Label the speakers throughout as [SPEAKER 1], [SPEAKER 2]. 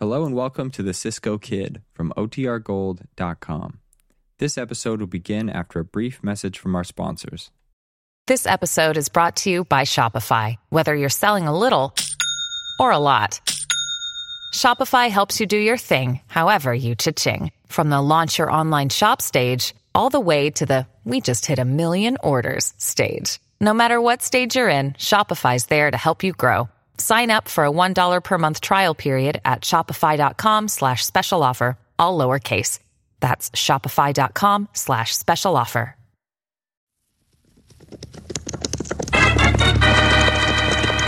[SPEAKER 1] Hello and welcome to the Cisco Kid from OTRGold.com. This episode will begin after a brief message from our sponsors.
[SPEAKER 2] This episode is brought to you by Shopify. Whether you're selling a little or a lot, Shopify helps you do your thing, however you cha-ching. From the launch your online shop stage, all the way to the we just hit a million orders stage. No matter what stage you're in, Shopify's there to help you grow. Sign up for a $1 per month trial period at shopify.com slash special offer, all lowercase. That's shopify.com slash special offer.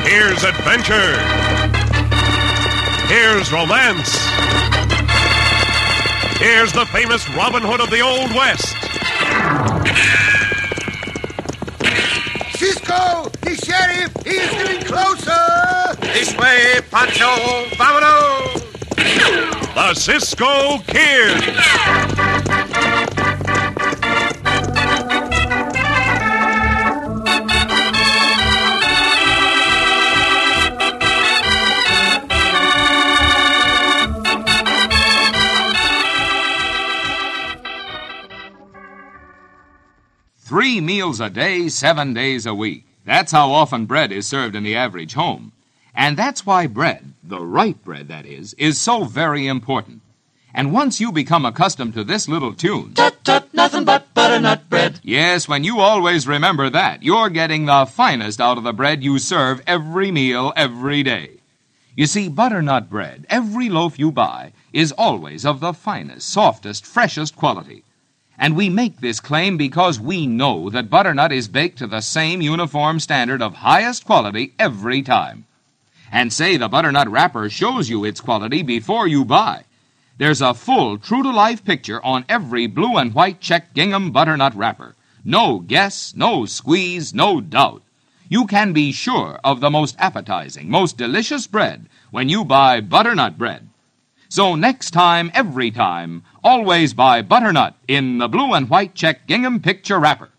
[SPEAKER 3] Here's adventure. Here's romance. Here's the famous Robin Hood of the Old West.
[SPEAKER 4] Cisco, the sheriff, he is getting closer.
[SPEAKER 5] This way, Pancho, vámonos!
[SPEAKER 3] The Cisco Kid.
[SPEAKER 6] Three meals a day, seven days a week. That's how often bread is served in the average home. And that's why bread, the right bread that is, is so very important. And once you become accustomed to this little tune,
[SPEAKER 7] Tut tut, nothing but butternut bread.
[SPEAKER 6] yes, when you always remember that, you're getting the finest out of the bread you serve every meal, every day. You see, butternut bread, every loaf you buy, is always of the finest, softest, freshest quality. And we make this claim because we know that butternut is baked to the same uniform standard of highest quality every time. And say the butternut wrapper shows you its quality before you buy. There's a full, true to life picture on every blue and white check gingham butternut wrapper. No guess, no squeeze, no doubt. You can be sure of the most appetizing, most delicious bread when you buy butternut bread. So next time, every time, always buy butternut in the blue and white check gingham picture wrapper.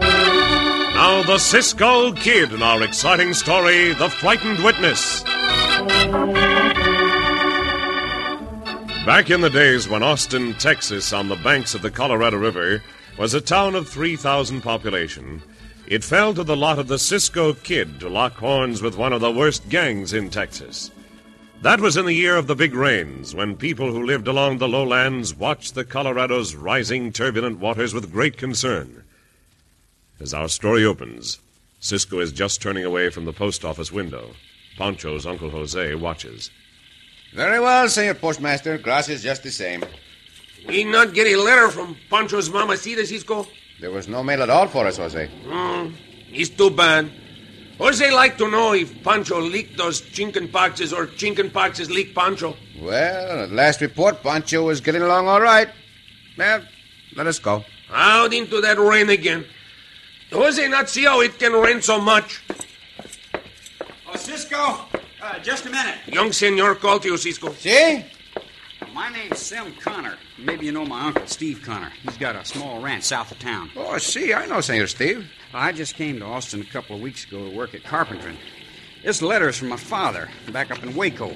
[SPEAKER 3] Now the Cisco Kid in our exciting story, The Frightened Witness. Back in the days when Austin, Texas, on the banks of the Colorado River, was a town of 3,000 population, it fell to the lot of the Cisco Kid to lock horns with one of the worst gangs in Texas. That was in the year of the big rains, when people who lived along the lowlands watched the Colorado's rising turbulent waters with great concern. As our story opens, Cisco is just turning away from the post office window. Pancho's Uncle Jose watches.
[SPEAKER 4] Very well, Senor Postmaster. Gracias just the same.
[SPEAKER 5] We not get a letter from Pancho's mamacita, Cisco.
[SPEAKER 4] There was no mail at all for us, Jose.
[SPEAKER 5] It's too bad. Jose like to know if Pancho leaked those chinkin boxes or chinkin boxes leak Pancho.
[SPEAKER 4] Well, at last report, Pancho was getting along all right. Well, let us go.
[SPEAKER 5] Out into that rain again. Jose not see how it can rain so much.
[SPEAKER 7] Oh, Cisco, uh, just a minute.
[SPEAKER 5] Young senor called to you, Cisco.
[SPEAKER 4] See?
[SPEAKER 7] My name's Sim Connor. Maybe you know my uncle, Steve Connor. He's got a small ranch south of town.
[SPEAKER 4] Oh, see, I know, Senor Steve.
[SPEAKER 7] I just came to Austin a couple of weeks ago to work at carpentering. This letter's from my father, back up in Waco.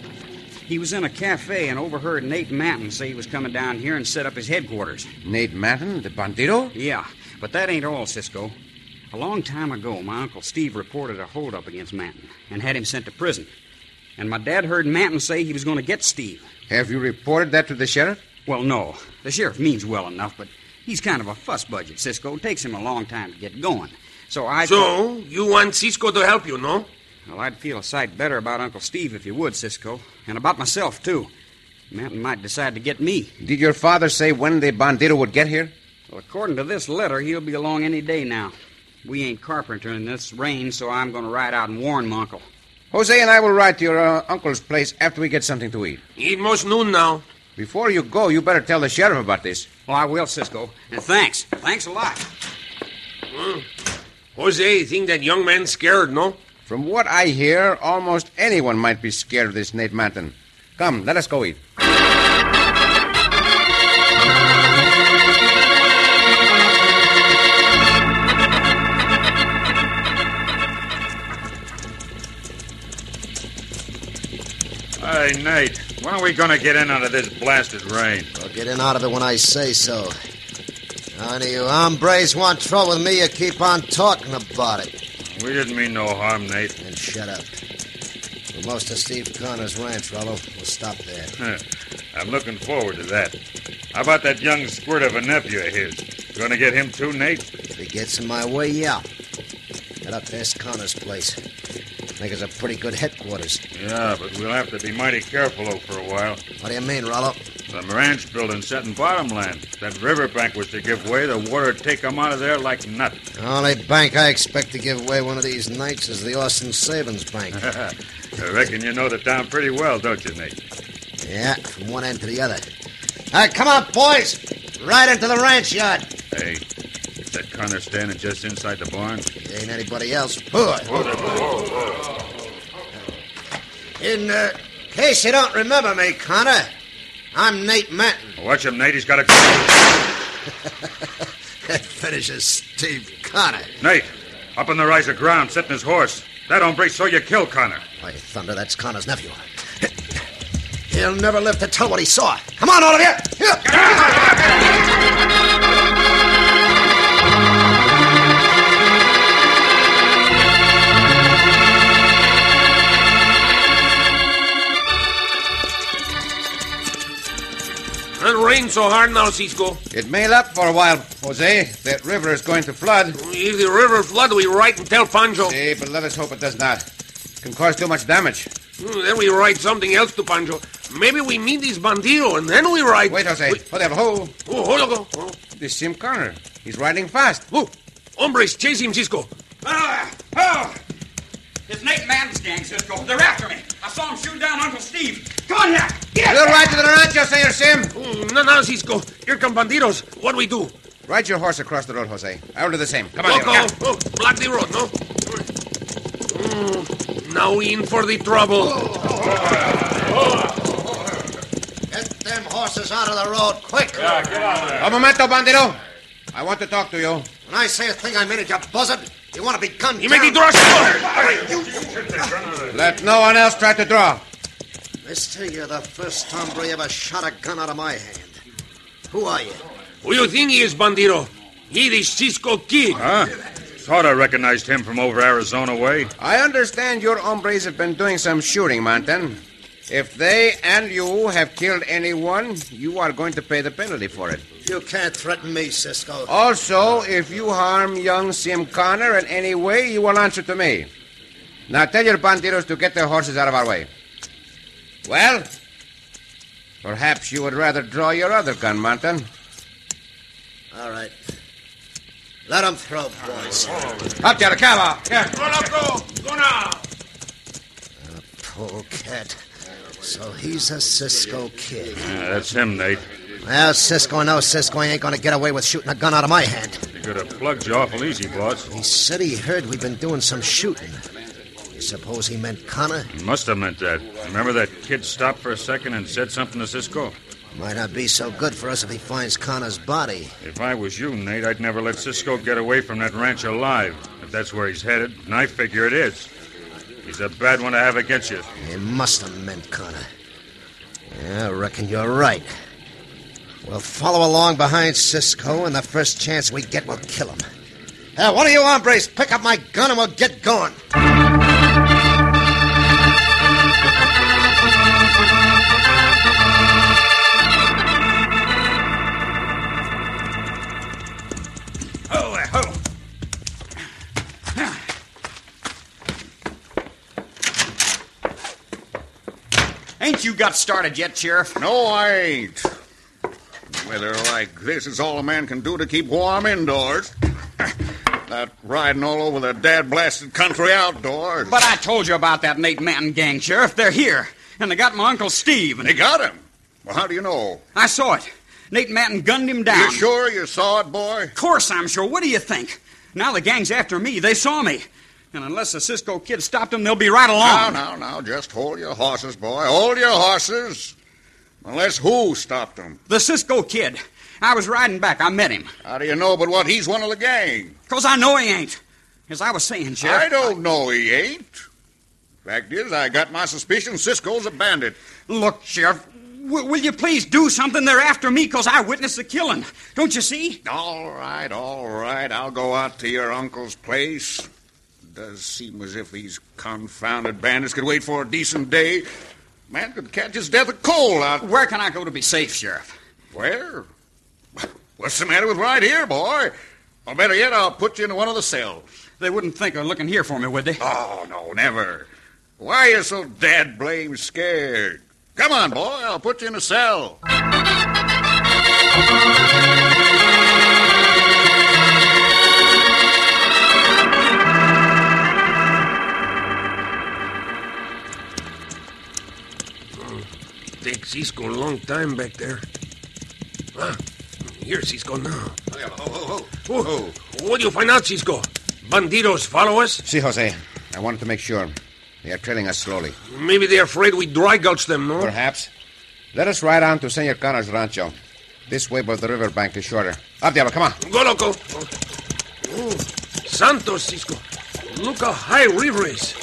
[SPEAKER 7] He was in a cafe and overheard Nate Manton say he was coming down here and set up his headquarters.
[SPEAKER 4] Nate Manton, the bandito?
[SPEAKER 7] Yeah, but that ain't all, Cisco. A long time ago, my Uncle Steve reported a holdup against Manton and had him sent to prison. And my dad heard Manton say he was going to get Steve.
[SPEAKER 4] Have you reported that to the sheriff?
[SPEAKER 7] Well, no. The sheriff means well enough, but he's kind of a fuss budget, Cisco. It takes him a long time to get going. So I.
[SPEAKER 5] So, you want Cisco to help you, no?
[SPEAKER 7] Well, I'd feel a sight better about Uncle Steve if you would, Cisco. And about myself, too. Manton might decide to get me.
[SPEAKER 4] Did your father say when the bandito would get here?
[SPEAKER 7] Well, according to this letter, he'll be along any day now. We ain't carpentering in this rain, so I'm going to ride out and warn my uncle.
[SPEAKER 4] Jose and I will ride to your uh, uncle's place after we get something to eat.
[SPEAKER 5] It most noon now. Ah,
[SPEAKER 4] Before you go, you better tell the sheriff about this.
[SPEAKER 7] Well, I will, Cisco. And thanks. Thanks a lot.
[SPEAKER 5] Hmm, Jose think that young man scared, no?
[SPEAKER 4] From what I hear, almost anyone might be scared of this Nate Manton. Come, let us go eat.
[SPEAKER 8] Hey, Nate, when are we going to get in out of this blasted rain?
[SPEAKER 9] I'll get in out of it when I say so. None of you hombres want trouble with me, you keep on talking about it.
[SPEAKER 8] We didn't mean no harm, Nate.
[SPEAKER 9] And shut up. We're most of Steve Connor's ranch, Rollo. We'll stop there.
[SPEAKER 8] Huh. I'm looking forward to that. How about that young squirt of a nephew of his? Going to get him too, Nate?
[SPEAKER 9] If he gets in my way, yeah. Get up past Connor's place. Make us a pretty good headquarters.
[SPEAKER 8] Yeah, but we'll have to be mighty careful over for a while.
[SPEAKER 9] What do you mean, Rollo?
[SPEAKER 8] Some ranch building set in bottomland. If That riverbank was to give way, the water'd take 'em out of there like nothing.
[SPEAKER 9] The only bank I expect to give away one of these nights is the Austin Savings Bank.
[SPEAKER 8] I reckon you know the town pretty well, don't you, Nate?
[SPEAKER 9] yeah, from one end to the other. All right, come on, boys. Right into the ranch yard.
[SPEAKER 8] Hey, is that Connor standing just inside the barn?
[SPEAKER 9] There ain't anybody else. Poor. In uh, case you don't remember me, Connor, I'm Nate Manton.
[SPEAKER 8] Watch him, Nate. He's got a.
[SPEAKER 9] That finishes Steve Connor.
[SPEAKER 8] Nate, up on the rise of ground, sitting his horse. That hombre saw you kill Connor.
[SPEAKER 9] Why, thunder, that's Connor's nephew. He'll never live to tell what he saw. Come on, all of you! Here.
[SPEAKER 5] It rains so hard now, Cisco.
[SPEAKER 4] It may up for a while, Jose. That river is going to flood.
[SPEAKER 5] If the river flood, we write and tell Pancho.
[SPEAKER 4] Hey, but let us hope it does not. It can cause too much damage.
[SPEAKER 5] Hmm, Then we write something else to Pancho. Maybe we meet this bandido, and then we write.
[SPEAKER 4] Wait, Jose. Whatever. Oh,
[SPEAKER 5] Oh, hold on. go. Oh,
[SPEAKER 4] this Sim Connor. He's riding fast.
[SPEAKER 5] oh. Hombres, chase him, Cisco.
[SPEAKER 7] Ah! Oh! It's Nate Madden's gang, Cisco. They're after me. I saw them shoot down Uncle Steve. Come on here. Get
[SPEAKER 4] You'll ride to the rancho, Senor Sim.
[SPEAKER 5] Oh, no, no, Cisco. Here come bandidos. What do we do?
[SPEAKER 4] Ride your horse across the road, Jose. I will do the same. Come on,
[SPEAKER 5] Loco.
[SPEAKER 4] Diego.
[SPEAKER 5] Oh, block the road, no? Hmm, Now we in for the trouble.
[SPEAKER 9] Get them horses out of the road, quick!
[SPEAKER 4] A momento, bandito. I want to talk to you.
[SPEAKER 9] When I say a thing, I mean it, you buzzard. You want to be gunned
[SPEAKER 5] He made the
[SPEAKER 9] down?
[SPEAKER 5] draw.
[SPEAKER 4] Let no one else try to draw.
[SPEAKER 9] Mister, you're the first hombre ever shot a gun out of my hand. Who are you?
[SPEAKER 5] Who you think he is, bandido? He is Cisco Kid.
[SPEAKER 4] Ah.
[SPEAKER 8] Huh? Thought I recognized him from over Arizona way.
[SPEAKER 4] I understand your hombres have been doing some shooting, Manton. If they and you have killed anyone, you are going to pay the penalty for it.
[SPEAKER 9] You can't threaten me, Cisco.
[SPEAKER 4] Also, if you harm young Sim Connor in any way, you will answer to me. Now tell your banditos to get their horses out of our way. Well, perhaps you would rather draw your other gun, Manton.
[SPEAKER 9] All right. Let them throw, boys.
[SPEAKER 4] Up, Yarakawa!
[SPEAKER 9] Poor cat. So he's a Cisco kid.
[SPEAKER 8] Yeah, that's him, Nate.
[SPEAKER 9] Well, Cisco, no Cisco, he ain't gonna get away with shooting a gun out of my hand.
[SPEAKER 8] You could have plugged you awful easy, boss.
[SPEAKER 9] He said he heard we've been doing some shooting. You suppose he meant Connor?
[SPEAKER 8] Must have meant that. Remember that kid stopped for a second and said something to Cisco?
[SPEAKER 9] Might not be so good for us if he finds Connor's body.
[SPEAKER 8] If I was you, Nate, I'd never let Cisco get away from that ranch alive, if that's where he's headed, and I figure it is. He's a bad one to have against you.
[SPEAKER 9] He must have meant Connor. Yeah, I reckon you're right. We'll follow along behind Cisco, and the first chance we get, we'll kill him. Hey, one of you hombres, pick up my gun and we'll get going.
[SPEAKER 7] Oh, uh, ho. Ain't you got started yet, Sheriff?
[SPEAKER 10] No, I ain't. Weather like this is all a man can do to keep warm indoors. that riding all over the dad blasted country outdoors.
[SPEAKER 7] But I told you about that Nate Manton gang, Sheriff. They're here. And they got my Uncle Steve.
[SPEAKER 10] they
[SPEAKER 7] And
[SPEAKER 10] got him. Well, how do you know?
[SPEAKER 7] I saw it. Nate Manton gunned him down.
[SPEAKER 10] You sure you saw it, boy?
[SPEAKER 7] Of course I'm sure. What do you think? Now the gang's after me. They saw me. And unless the Cisco kid stopped them, they'll be right
[SPEAKER 10] Now,
[SPEAKER 7] along.
[SPEAKER 10] now, now, just hold your horses, boy. Hold your horses. Unless who stopped him?
[SPEAKER 7] The Cisco kid. I was riding back. I met him.
[SPEAKER 10] How do you know but what he's one of the gang?
[SPEAKER 7] Because I know he ain't. As I was saying, Sheriff.
[SPEAKER 10] I don't know he ain't. Fact is, I got my suspicion Cisco's a bandit.
[SPEAKER 7] Look, Sheriff, w- will you please do something? They're after me because I witnessed the killing. Don't you see?
[SPEAKER 10] All right, all right. I'll go out to your uncle's place. Does seem as if these confounded bandits could wait for a decent day. Man could catch his death of cold out.
[SPEAKER 7] Where can I go to be safe, Sheriff?
[SPEAKER 10] Where? What's the matter with right here, boy? Or better yet, I'll put you into one of the cells.
[SPEAKER 7] They wouldn't think of looking here for me, would they?
[SPEAKER 10] Oh, no, never. Why are you so dad blame scared? Come on, boy, I'll put you in a cell.
[SPEAKER 5] Mm, Take Cisco a long time back there. Ah, here Cisco now.
[SPEAKER 4] Oh,
[SPEAKER 10] Ho, ho, ho, ho.
[SPEAKER 5] What do you find out, Cisco? Bandidos follow us?
[SPEAKER 4] See, Jose, I wanted to make sure. They are trailing us slowly.
[SPEAKER 5] Maybe they're afraid we dry gulch them, no?
[SPEAKER 4] Perhaps. Let us ride on to Senor Connor's rancho. This way, but the riverbank is shorter. Up, Diablo, come on.
[SPEAKER 5] Go, loco. Oh, Santos, Cisco. Look how high river is.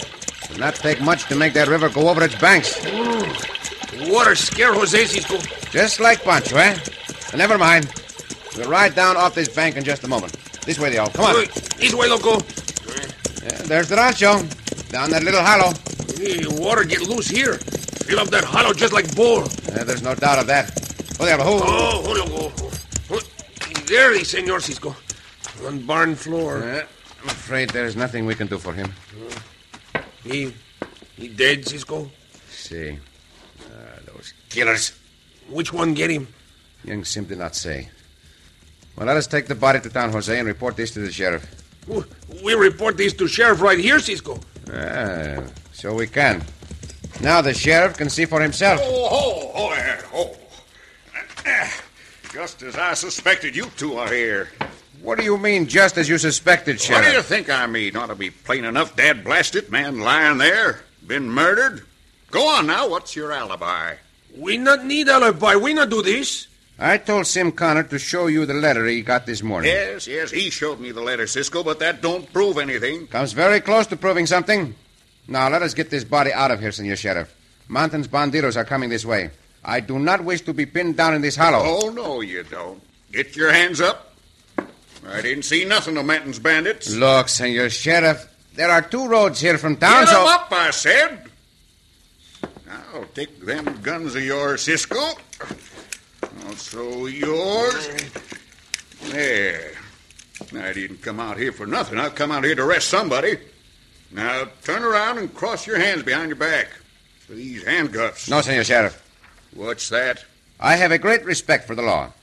[SPEAKER 4] It'll not take much to make that river go over its banks.
[SPEAKER 5] Water scare Jose, Cisco.
[SPEAKER 4] Just like Pancho, eh? Never mind. We'll ride down off this bank in just a moment. This way, Diablo, come on.
[SPEAKER 5] Uh, This way, loco.
[SPEAKER 4] Yeah, there's the rancho. Down that little hollow.
[SPEAKER 5] Hey, water get loose here. Fill up that hollow just like bore.
[SPEAKER 4] Yeah, there's no doubt of that. Oh, Diablo, who?
[SPEAKER 5] Oh, oh, loco. Oh, There is, Senor Cisco. On barn floor.
[SPEAKER 4] Yeah, I'm afraid there's nothing we can do for him.
[SPEAKER 5] He, he dead, Cisco?
[SPEAKER 4] See. Ah, those killers.
[SPEAKER 5] Which one get him?
[SPEAKER 4] Young Sim did not say. Well, let us take the body to town, Jose, and report this to the sheriff.
[SPEAKER 5] W- We report this to sheriff right here, Cisco.
[SPEAKER 4] Ah, so we can. Now the sheriff can see for himself.
[SPEAKER 10] Oh, ho, ho, there, ho. Eh, Just as I suspected, you two are here.
[SPEAKER 4] What do you mean, just as you suspected,
[SPEAKER 10] What do you
[SPEAKER 4] sheriff?
[SPEAKER 10] think I mean? Ought to be plain enough, Dad blast it, man lying there, been murdered. Go on now, what's your alibi?
[SPEAKER 5] We not need alibi. We not do this.
[SPEAKER 4] I told Sim Connor to show you the letter he got this morning.
[SPEAKER 5] Eh?
[SPEAKER 10] Yes, yes, he showed me the letter, Cisco, but that don't prove anything.
[SPEAKER 4] Comes very close to proving something. Now let us get this body out of here, Senor Sheriff. Mountain's bandidos are coming this way. I do not wish to be pinned down in this hollow.
[SPEAKER 10] Oh, no, you don't. Get your hands up. I didn't see nothing of Manton's bandits.
[SPEAKER 4] Look, Senor Sheriff, there are two roads here from town,
[SPEAKER 10] Get 'em
[SPEAKER 4] so
[SPEAKER 10] up, I said. Now, take them guns of yours, Cisco. Also yours. There. I didn't come out here for nothing. I've come out here to arrest somebody. Now, turn around and cross your hands behind your back. For these handcuffs.
[SPEAKER 4] No, Senor Sheriff.
[SPEAKER 10] What's that?
[SPEAKER 4] I have a great respect for the law.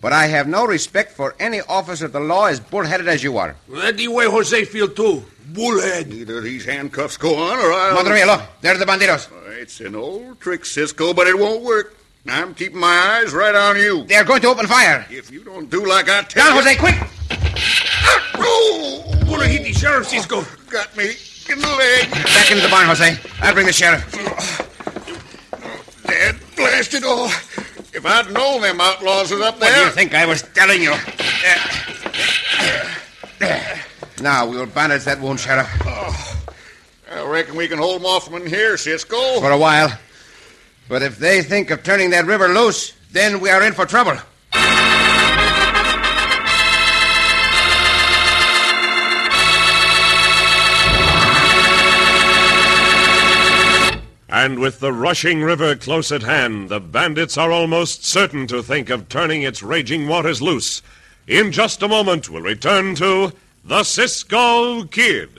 [SPEAKER 4] But I have no respect for any officer of the law as bullheaded as you are.
[SPEAKER 5] That the way Jose feel too. Bullhead.
[SPEAKER 10] Either these handcuffs go on or I'll.
[SPEAKER 4] Mother mia, look, there's the bandidos.
[SPEAKER 10] It's an old trick, Cisco, but it won't work. I'm keeping my eyes right on you.
[SPEAKER 4] They are going to open fire.
[SPEAKER 10] If you don't do like I tell
[SPEAKER 4] Down,
[SPEAKER 10] you.
[SPEAKER 4] Jose, quick!
[SPEAKER 10] Oh,
[SPEAKER 5] Gonna hit the sheriff, Cisco.
[SPEAKER 10] got me in the leg.
[SPEAKER 4] Back into the barn, Jose. I'll bring the sheriff.
[SPEAKER 10] Dad, blast it all. If I'd known them outlaws was up
[SPEAKER 4] What do
[SPEAKER 10] there.
[SPEAKER 4] you think I was telling you? Now we will bandage that wound, Sheriff,
[SPEAKER 10] I reckon we can hold them off from in here, Cisco.
[SPEAKER 4] for a while. But if they think of turning that river loose, then we are in for trouble.
[SPEAKER 3] And with the rushing river close at hand, the bandits are almost certain to think of turning its raging waters loose. In just a moment, we'll return to The Cisco Kid.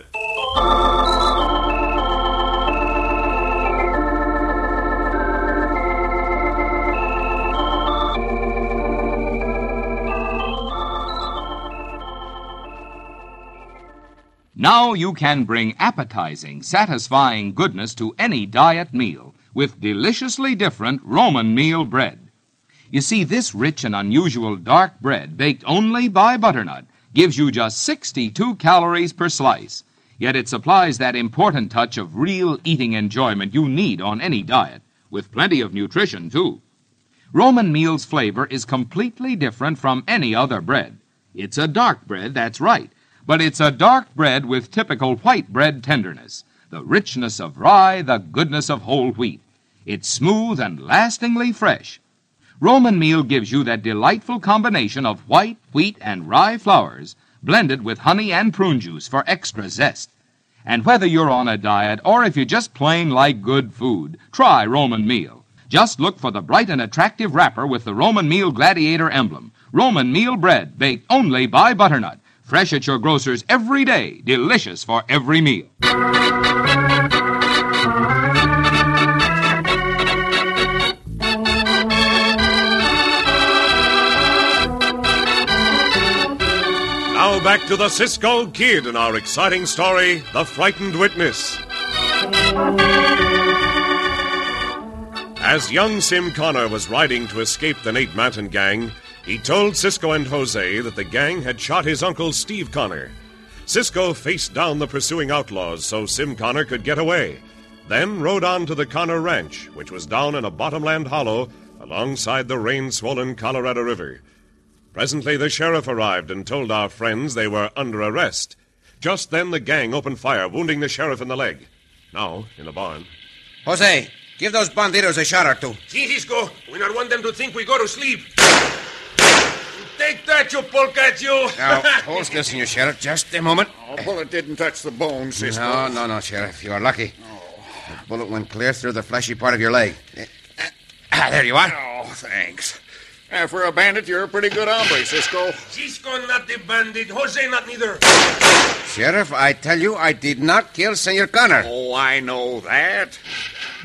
[SPEAKER 6] Now you can bring appetizing, satisfying goodness to any diet meal with deliciously different Roman meal bread. You see, this rich and unusual dark bread, baked only by butternut, gives you just 62 calories per slice. Yet it supplies that important touch of real eating enjoyment you need on any diet, with plenty of nutrition, too. Roman meal's flavor is completely different from any other bread. It's a dark bread, that's right, but it's a dark bread with typical white bread tenderness, the richness of rye, the goodness of whole wheat. It's smooth and lastingly fresh. Roman meal gives you that delightful combination of white, wheat, and rye flours, blended with honey and prune juice for extra zest. And whether you're on a diet or if you just plain like good food, try Roman meal. Just look for the bright and attractive wrapper with the Roman meal gladiator emblem. Roman meal bread, baked only by butternut. Fresh at your grocer's every day, delicious for every meal.
[SPEAKER 3] Now back to the Cisco Kid in our exciting story, The Frightened Witness. As young Sim Connor was riding to escape the Nate Mountain gang, he told Cisco and Jose that the gang had shot his uncle Steve Connor. Cisco faced down the pursuing outlaws so Sim Connor could get away, then rode on to the Connor Ranch, which was down in a bottomland hollow alongside the rain swollen Colorado River. Presently, the sheriff arrived and told our friends they were under arrest. Just then, the gang opened fire, wounding the sheriff in the leg. Now, in the barn.
[SPEAKER 4] Jose, give those bandidos a shot or two.
[SPEAKER 5] See, Cisco, we not want them to think we go to sleep. Take that, you polecat, you!
[SPEAKER 4] Now, hold this, you sheriff. Just a moment.
[SPEAKER 10] A bullet Oh, didn't touch the bone, Cisco. Oh.
[SPEAKER 4] No, no, no, sheriff. You are lucky. The bullet went clear through the fleshy part of your leg. Eh, Ah, there you are.
[SPEAKER 10] Oh, thanks. Yeah, for a bandit, you're a pretty good hombre, Cisco.
[SPEAKER 5] Cisco not the bandit, Jose not neither.
[SPEAKER 4] Sheriff, I tell you, I did not kill Senor Connor.
[SPEAKER 10] Oh, I know that.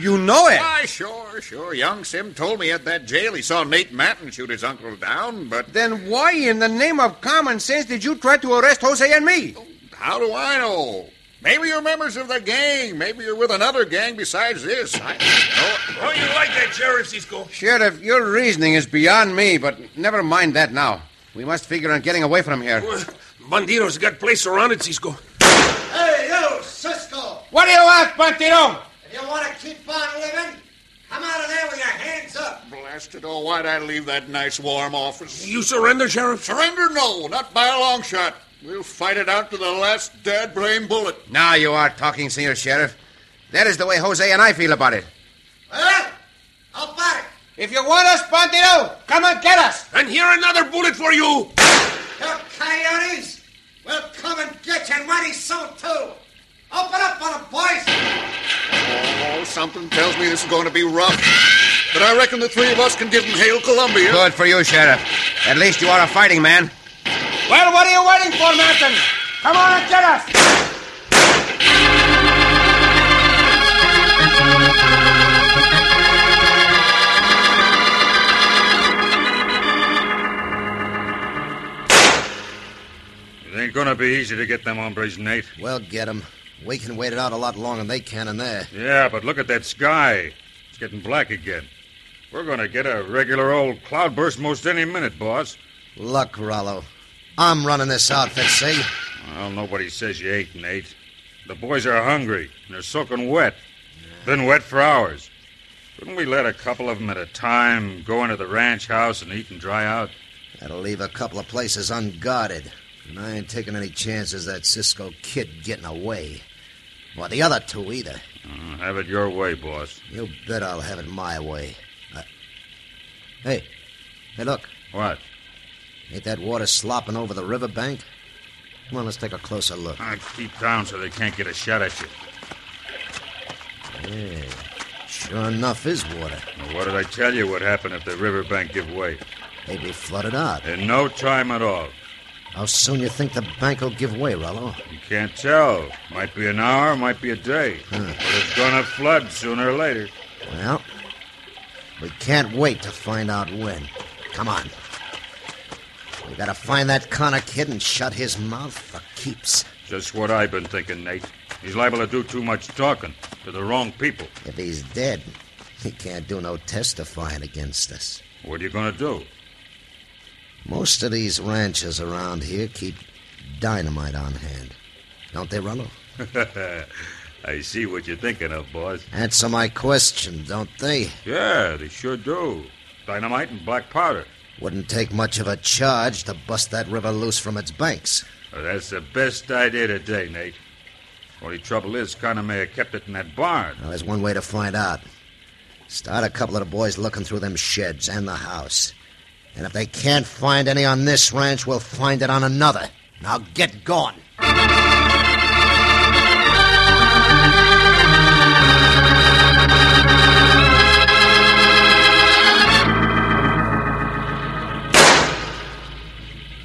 [SPEAKER 4] You know it.
[SPEAKER 10] Why, sure, sure. Young Sim told me at that jail he saw Nate Matten shoot his uncle down, but
[SPEAKER 4] Then why in the name of common sense did you try to arrest Jose and me?
[SPEAKER 10] how do I know? Maybe you're members of the gang. Maybe you're with another gang besides this. I don't know.
[SPEAKER 5] How Oh, you like that, Sheriff Cisco?
[SPEAKER 4] Sheriff, your reasoning is beyond me, but never mind that now. We must figure on getting away from here.
[SPEAKER 5] Bandidos got place surrounded, Cisco.
[SPEAKER 9] Hey, you, Cisco!
[SPEAKER 4] What do you want, Pantino?
[SPEAKER 9] If you want to keep on living, come out of there with your hands up.
[SPEAKER 10] Blasted, oh, why'd I leave that nice, warm office?
[SPEAKER 5] You surrender, Sheriff?
[SPEAKER 10] Surrender? No, not by a long shot. We'll fight it out to the last dad brain bullet.
[SPEAKER 4] Now you are talking, Senor Sheriff. That is the way Jose and I feel about it.
[SPEAKER 9] Well, how about it?
[SPEAKER 4] If you want us, Pantino, come and get us.
[SPEAKER 5] And here another bullet for you!
[SPEAKER 9] You coyotes will come and get you mighty soon, too. Open up on 'em, boys.
[SPEAKER 10] Oh, something tells me this is going to be rough. But I reckon the three of us can give them Hail Columbia.
[SPEAKER 4] Good for you, Sheriff. At least you are a fighting man. Well, what are you waiting for, Martin? Come on and get us.
[SPEAKER 8] It ain't gonna be easy to get them hombres, Nate.
[SPEAKER 9] Well, get 'em. We can wait it out a lot longer than they can in there.
[SPEAKER 8] Yeah, but look at that sky. It's getting black again. We're gonna get a regular old cloudburst most any minute, boss.
[SPEAKER 9] Look, Rollo, I'm running this outfit, see?
[SPEAKER 8] Well, nobody says you ain't, Nate. The boys are hungry, and they're soaking wet. Been wet for hours. Couldn't we let a couple of them at a time go into the ranch house and eat and dry out?
[SPEAKER 9] That'll leave a couple of places unguarded. And I ain't taking any chances that Cisco kid getting away. Or the other two either.
[SPEAKER 8] Uh, have it your way, boss.
[SPEAKER 9] You bet I'll have it my way. I- Hey, hey, look.
[SPEAKER 8] What?
[SPEAKER 9] Ain't that water slopping over the riverbank? Come on, let's take a closer look.
[SPEAKER 8] Uh, keep down so they can't get a shot at you.
[SPEAKER 9] Sure enough is water.
[SPEAKER 8] Now, what did I tell you would happen if the riverbank give way?
[SPEAKER 9] They'd be flooded out.
[SPEAKER 8] In no time at all.
[SPEAKER 9] How soon you think the bank will give way, Rollo?
[SPEAKER 8] You can't tell. Might be an hour, might be a day. But it's gonna flood sooner or later.
[SPEAKER 9] Well, we can't wait to find out when. Come on. We gotta find that Connor kid and shut his mouth for keeps.
[SPEAKER 8] Just what I've been thinking, Nate. He's liable to do too much talking to the wrong people.
[SPEAKER 9] If he's dead, he can't do no testifying against us.
[SPEAKER 8] What are you gonna do?
[SPEAKER 9] Most of these ranchers around here keep dynamite on hand. Don't they, Rollo?
[SPEAKER 8] I see what you're thinking of, boss.
[SPEAKER 9] Answer my question, don't they?
[SPEAKER 8] Yeah, they sure do. Dynamite and black powder.
[SPEAKER 9] Wouldn't take much of a charge to bust that river loose from its banks.
[SPEAKER 8] Well, that's the best idea today, Nate. Only trouble is, Connor may have kept it in that barn.
[SPEAKER 9] Now, there's one way to find out. Start a couple of the boys looking through them sheds and the house. And if they can't find any on this ranch, we'll find it on another. Now get going.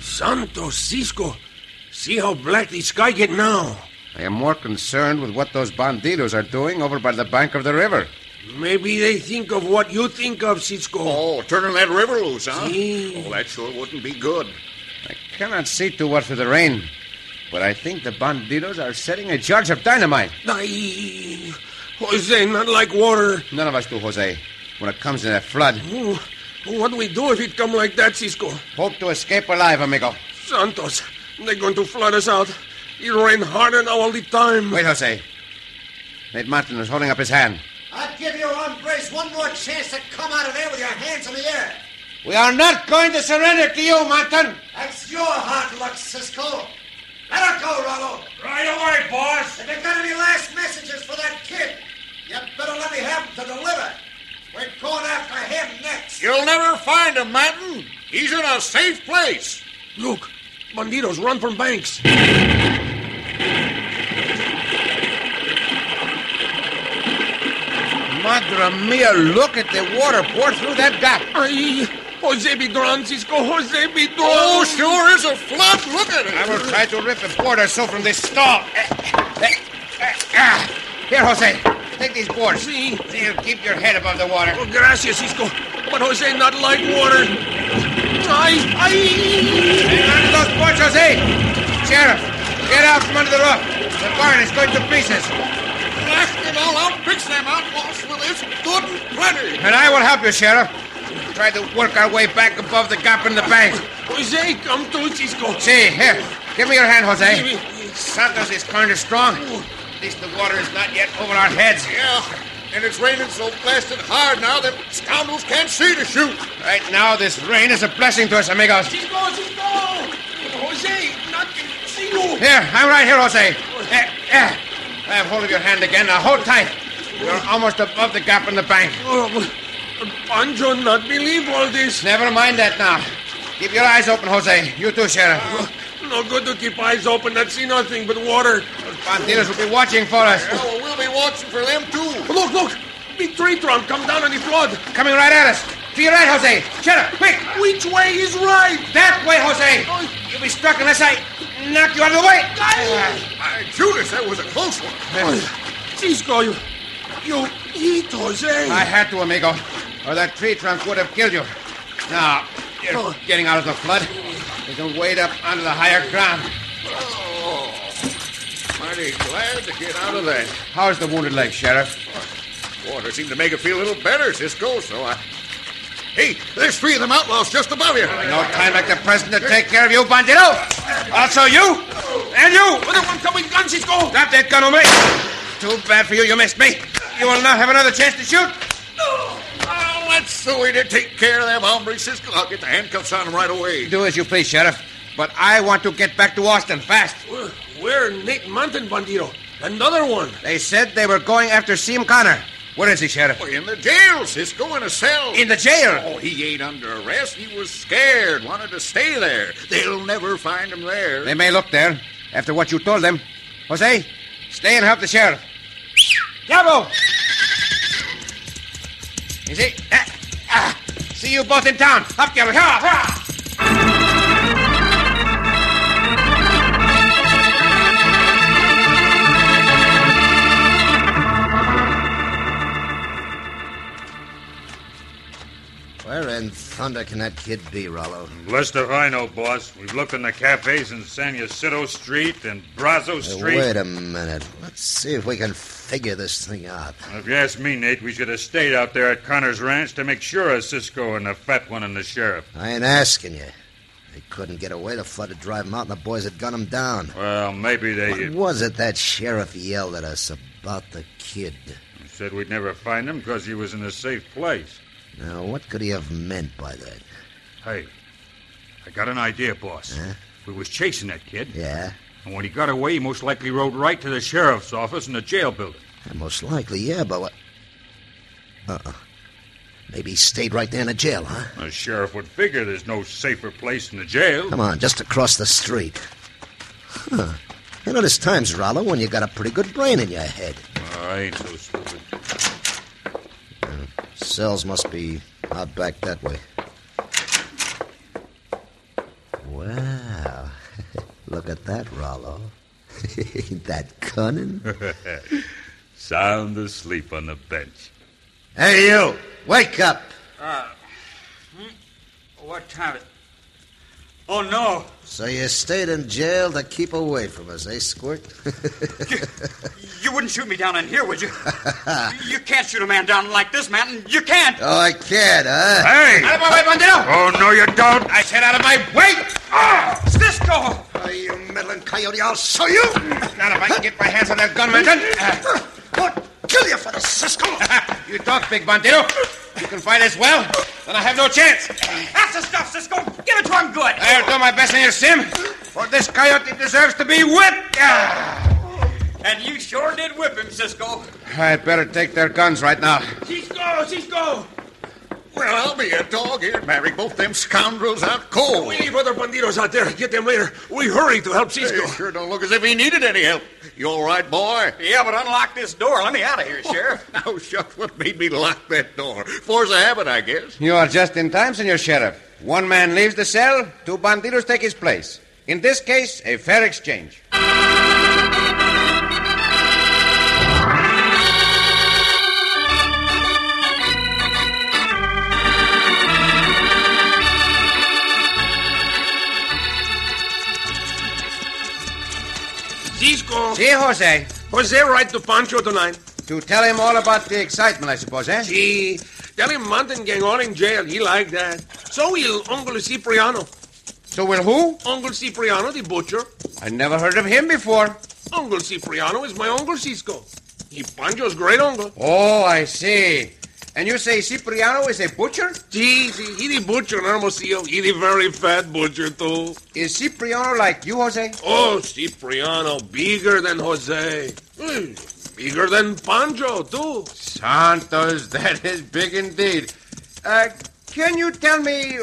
[SPEAKER 5] Santo Cisco, see how black the sky get now.
[SPEAKER 4] I am more concerned with what those bandidos are doing over by the bank of the river.
[SPEAKER 5] Maybe they think of what you think of, Cisco.
[SPEAKER 10] Oh, turning that river loose, huh?
[SPEAKER 5] See?
[SPEAKER 10] Oh, that sure wouldn't be good.
[SPEAKER 4] I cannot see too well through the rain, but I think the bandidos are setting a charge of dynamite.
[SPEAKER 5] Ay, Jose, not like water.
[SPEAKER 4] None of us do, Jose. When it comes in a flood,
[SPEAKER 5] Ooh, What do we do if it come like that, Cisco?
[SPEAKER 4] hope to escape alive, amigo.
[SPEAKER 5] Santos, they're going to flood us out. It rain hard and all the time.
[SPEAKER 4] Wait, Jose. Nate Martin is holding up his hand.
[SPEAKER 9] I'll give you, Hombres, one more chance to come out of there with your hands in the air.
[SPEAKER 4] We are not going to surrender to you, Martin.
[SPEAKER 9] That's your hard luck, Cisco. Let her go, Rollo.
[SPEAKER 8] Right away, boss!
[SPEAKER 9] If you got any last messages for that kid, you better let me have them to deliver. We're going after him next.
[SPEAKER 10] You'll never find him, Martin. He's in a safe place.
[SPEAKER 5] Look, banditos run from banks.
[SPEAKER 4] Madre mia, look at the water pour through that gap.
[SPEAKER 5] Ay, Jose be drowned, Cisco. Jose be drowned.
[SPEAKER 10] Oh, sure is a flood. Look at it.
[SPEAKER 4] I will try to rip a board or so from this stall. Eh, eh, eh, ah. Here, Jose, take these boards.
[SPEAKER 5] See?
[SPEAKER 4] They'll keep your head above the water.
[SPEAKER 5] Oh, gracias, Cisco. But Jose not like water. Ay, ay.
[SPEAKER 4] Hang on to those boards, Jose. Sheriff, get out from under the roof. The barn is going to pieces,
[SPEAKER 10] Blast it all out. Fix them out, boss, with this good and plenty.
[SPEAKER 4] and I will help you, Sheriff. Try to work our way back above the gap in the bank.
[SPEAKER 5] Jose, come to, Cisco.
[SPEAKER 4] See, here, give me your hand,
[SPEAKER 5] Give
[SPEAKER 4] Jose.
[SPEAKER 5] me-
[SPEAKER 4] Santos is kind of strong. At least the water is not yet over our heads.
[SPEAKER 10] Yeah, and it's raining so blasted hard now that scoundrels can't see to shoot.
[SPEAKER 4] Right now, this rain is a blessing to us, amigos.
[SPEAKER 5] Cisco, Cisco. Jose, not see you.
[SPEAKER 4] Here, I'm right here, Jose. Eh, eh. I have hold of your hand again. Now hold tight. You're almost above the gap in the bank.
[SPEAKER 5] Oh, Pancho not believe all this.
[SPEAKER 4] Never mind that now. Keep your eyes open, Jose. You too, Sheriff.
[SPEAKER 5] Oh, No good to keep eyes open. I see nothing but water.
[SPEAKER 4] Bandidos will be watching for us.
[SPEAKER 10] Yeah, well, we'll be watching for them, too.
[SPEAKER 5] Look, look. Big tree trunk come down in the flood.
[SPEAKER 4] Coming right at us. To your right, Jose. Sheriff, quick.
[SPEAKER 5] Which way is right?
[SPEAKER 4] That way, Jose. You'll be struck unless I knock you out of the way.
[SPEAKER 10] My Judas, that was a close one.
[SPEAKER 5] Cisco, Oh, you, you eat Jose.
[SPEAKER 4] I had to, amigo. Or that tree trunk would have killed you. Now,
[SPEAKER 5] Oh.
[SPEAKER 4] you're getting out of the flood. You can wade up onto the higher ground.
[SPEAKER 10] Oh, mighty glad to get out of that.
[SPEAKER 4] How's the wounded leg, Sheriff?
[SPEAKER 10] Water seemed to make it feel a little better, Cisco, so I. Hey, there's three of them outlaws just above you.
[SPEAKER 4] No time like the present to take care of you, bandito. Also you, and you.
[SPEAKER 5] Another one coming, gun, Cisco.
[SPEAKER 4] Drop that gun on me. Too bad for you, you missed me. You will not have another chance to shoot.
[SPEAKER 10] Oh, that's the way to take care of them hombres, Cisco. I'll get the handcuffs on them right away.
[SPEAKER 4] Do as you please, Sheriff. But I want to get back to Austin fast.
[SPEAKER 5] Where- Where Nate Mountain Bandito? Another one.
[SPEAKER 4] They said they were going after Seam Connor. Where is he, Sheriff?
[SPEAKER 10] Oh, In the jail, Cisco, in a cell.
[SPEAKER 4] In the jail.
[SPEAKER 10] Oh, he ain't under arrest. He was scared, wanted to stay there. They'll never find him there.
[SPEAKER 4] They may look there after what you told them. Jose, stay and help the sheriff. Diablo! You see? Ah, ah. See you both in town. Up, Diablo. Here, here.
[SPEAKER 9] Where in thunder can that kid be, Rollo?
[SPEAKER 8] Blessed if I know, boss. We've looked in the cafes in San Jacinto Street and Brazo
[SPEAKER 9] Hey,
[SPEAKER 8] Street.
[SPEAKER 9] wait a minute. Let's see if we can figure this thing out.
[SPEAKER 8] If you ask me, Nate, we should have stayed out there at Connor's ranch to make sure of Cisco and the fat one and the sheriff.
[SPEAKER 9] I ain't asking you. They couldn't get away. The flood had drive 'em out, and the boys had gunned 'em down.
[SPEAKER 8] Well, maybe they
[SPEAKER 9] What was it that sheriff yelled at us about the kid?
[SPEAKER 8] said we'd never find him because he was in a safe place.
[SPEAKER 9] Now, what could he have meant by that?
[SPEAKER 8] Hey, I got an idea, boss. We was chasing that kid.
[SPEAKER 9] Yeah?
[SPEAKER 8] And when he got away, he most likely rode right to the sheriff's office in the jail building.
[SPEAKER 9] Most likely, yeah, but what? Uh-uh. Maybe he stayed right there in the jail, huh?
[SPEAKER 8] The sheriff would figure there's no safer place than the jail.
[SPEAKER 9] Come on, just across the street. Huh. You know, there's times, Rollo, when you got a pretty good brain in your head.
[SPEAKER 8] I ain't so stupid.
[SPEAKER 9] Uh, Cells must be out back that way. Wow. Look at that, Rollo. Ain't that cunning?
[SPEAKER 8] Sound asleep on the bench.
[SPEAKER 9] Hey, you! Wake up!
[SPEAKER 7] Uh, hmm? what time is... Oh, no.
[SPEAKER 9] So you stayed in jail to keep away from us, eh, Squirt?
[SPEAKER 7] You wouldn't shoot me down in here, would you? you can't shoot a man down like this, Manton. You can't.
[SPEAKER 9] oh, I can't, huh?
[SPEAKER 8] Hey!
[SPEAKER 7] Out of my way, Bandito!
[SPEAKER 8] Oh, no, you don't!
[SPEAKER 7] I said out of my way! Ah, Cisco!
[SPEAKER 9] Hey, you meddling coyote, I'll show you!
[SPEAKER 4] Oh! Not if I can get my hands on that Ah! gun, Manton.
[SPEAKER 9] I'll kill you for the Cisco!
[SPEAKER 4] You talk, big bandito. You can fight as well, then I have no chance.
[SPEAKER 7] That's the stuff, Cisco. Give it to him good.
[SPEAKER 4] I'll do my best in your sim, for this coyote deserves to be whipped. Ah.
[SPEAKER 7] And you sure did whip him, Cisco.
[SPEAKER 4] I'd better take their guns right now.
[SPEAKER 5] Cisco, Cisco!
[SPEAKER 10] Well, I'll be a dog here, marry both them scoundrels out cold.
[SPEAKER 5] We leave other banditos out there. Get them later. We hurry to help
[SPEAKER 10] He
[SPEAKER 5] Cisco.
[SPEAKER 10] sure don't look as if he needed any help. You all right, boy?
[SPEAKER 7] Yeah, but unlock this door. Let me out of here, Sheriff.
[SPEAKER 10] Now, shucks, what made me lock that door? Force of habit, I guess.
[SPEAKER 4] You are just in time, Senor Sheriff. One man leaves the cell, two banditos take his place. In this case, a fair exchange.
[SPEAKER 5] Cisco!
[SPEAKER 4] See, Jose,
[SPEAKER 5] Jose ride to Pancho tonight.
[SPEAKER 4] to tell him all about the excitement, I suppose, eh?
[SPEAKER 5] See, tell him Mountain Gang all in jail. He like that. So will Uncle Cipriano.
[SPEAKER 4] So will who?
[SPEAKER 5] Uncle Cipriano, the butcher.
[SPEAKER 4] I never heard of him before.
[SPEAKER 5] Uncle Cipriano is my Uncle Cisco. He Pancho's great uncle.
[SPEAKER 4] Oh, I see. And you say Cipriano is a butcher?
[SPEAKER 5] Gee, see, he the butcher in Hermosillo. He the very fat butcher, too.
[SPEAKER 4] Is Cipriano like you, Jose?
[SPEAKER 5] Oh, Cipriano, bigger than Jose. Hmm, Bigger than Pancho, too.
[SPEAKER 4] Santos, that is big indeed. Uh, can you tell me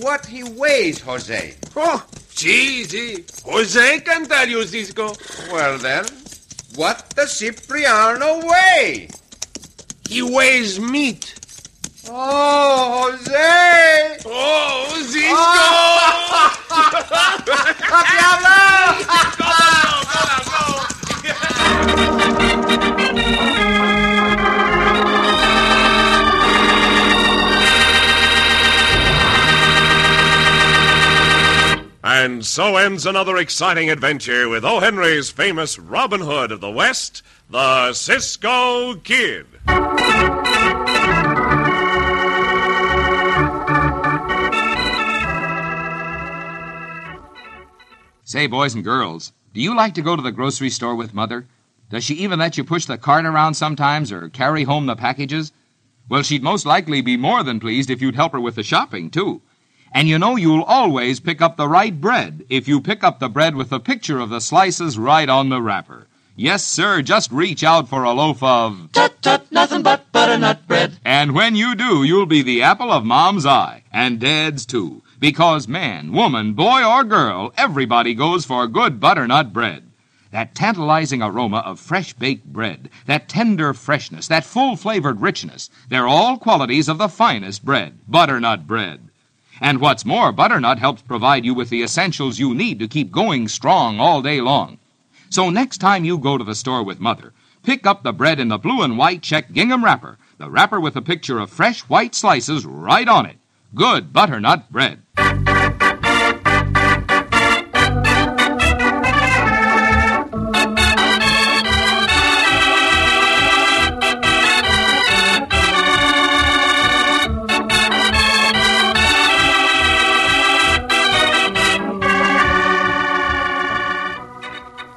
[SPEAKER 4] what he weighs, Jose?
[SPEAKER 5] Oh, gee, gee. Jose can tell you, Cisco.
[SPEAKER 4] Well, then, what does Cipriano weigh?
[SPEAKER 5] He weighs meat.
[SPEAKER 4] Oh, Jose!
[SPEAKER 5] Oh, Cisco!
[SPEAKER 3] And so ends another exciting adventure with O. Henry's famous Robin Hood of the West, the Cisco Kid.
[SPEAKER 6] Say, boys and girls, do you like to go to the grocery store with Mother? Does she even let you push the cart around sometimes or carry home the packages? Well, she'd most likely be more than pleased if you'd help her with the shopping, too. And you know you'll always pick up the right bread if you pick up the bread with the picture of the slices right on the wrapper. Yes, sir, just reach out for a loaf of. Tut tut, nothing but butternut bread. And when you do, you'll be the apple of Mom's eye, and Dad's too. Because man, woman, boy, or girl, everybody goes for good butternut bread. That tantalizing aroma of fresh baked bread, that tender freshness, that full flavored richness, they're all qualities of the finest bread, butternut bread. And what's more, butternut helps provide you with the essentials you need to keep going strong all day long. So next time you go to the store with Mother, pick up the bread in the blue and white check gingham wrapper, the wrapper with a picture of fresh white slices right on it. Good butternut bread.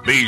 [SPEAKER 3] Be